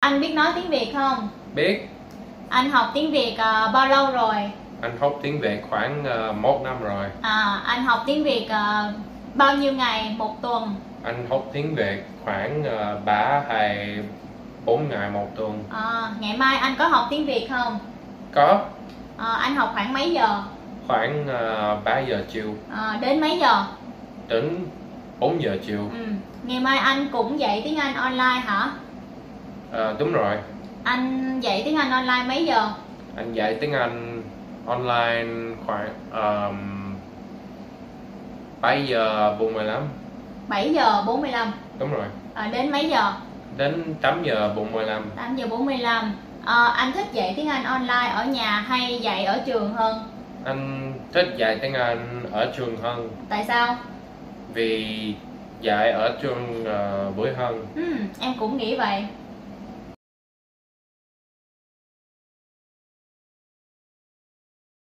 Anh biết nói tiếng Việt không? biết Anh học tiếng Việt ờ, bao lâu rồi? anh học tiếng Việt khoảng ờ, một năm rồi À, anh học tiếng Việt ờ, bao nhiêu ngày một tuần? anh học tiếng Việt khoảng ờ, ba hay bốn ngày một tuần À, ngày mai anh có học tiếng Việt không? có À, anh học khoảng mấy giờ? khoảng uh, 3 giờ chiều À, đến mấy giờ? đến 4 giờ chiều Ừ. Ngày mai anh cũng dạy tiếng Anh online hả? Ờ, đúng rồi Anh dạy tiếng Anh online mấy giờ? anh dạy tiếng Anh online khoảng um, 7 giờ 45 7 giờ 45 đúng rồi à, đến mấy giờ? đến 8 giờ 45 8 giờ 45 à, Anh thích dạy tiếng Anh online ở nhà hay dạy ở trường hơn? anh thích dạy tiếng Anh ở trường hơn Tại sao? vì dạy ở trường ờ, buổi hơn Ừ, em cũng nghĩ vậy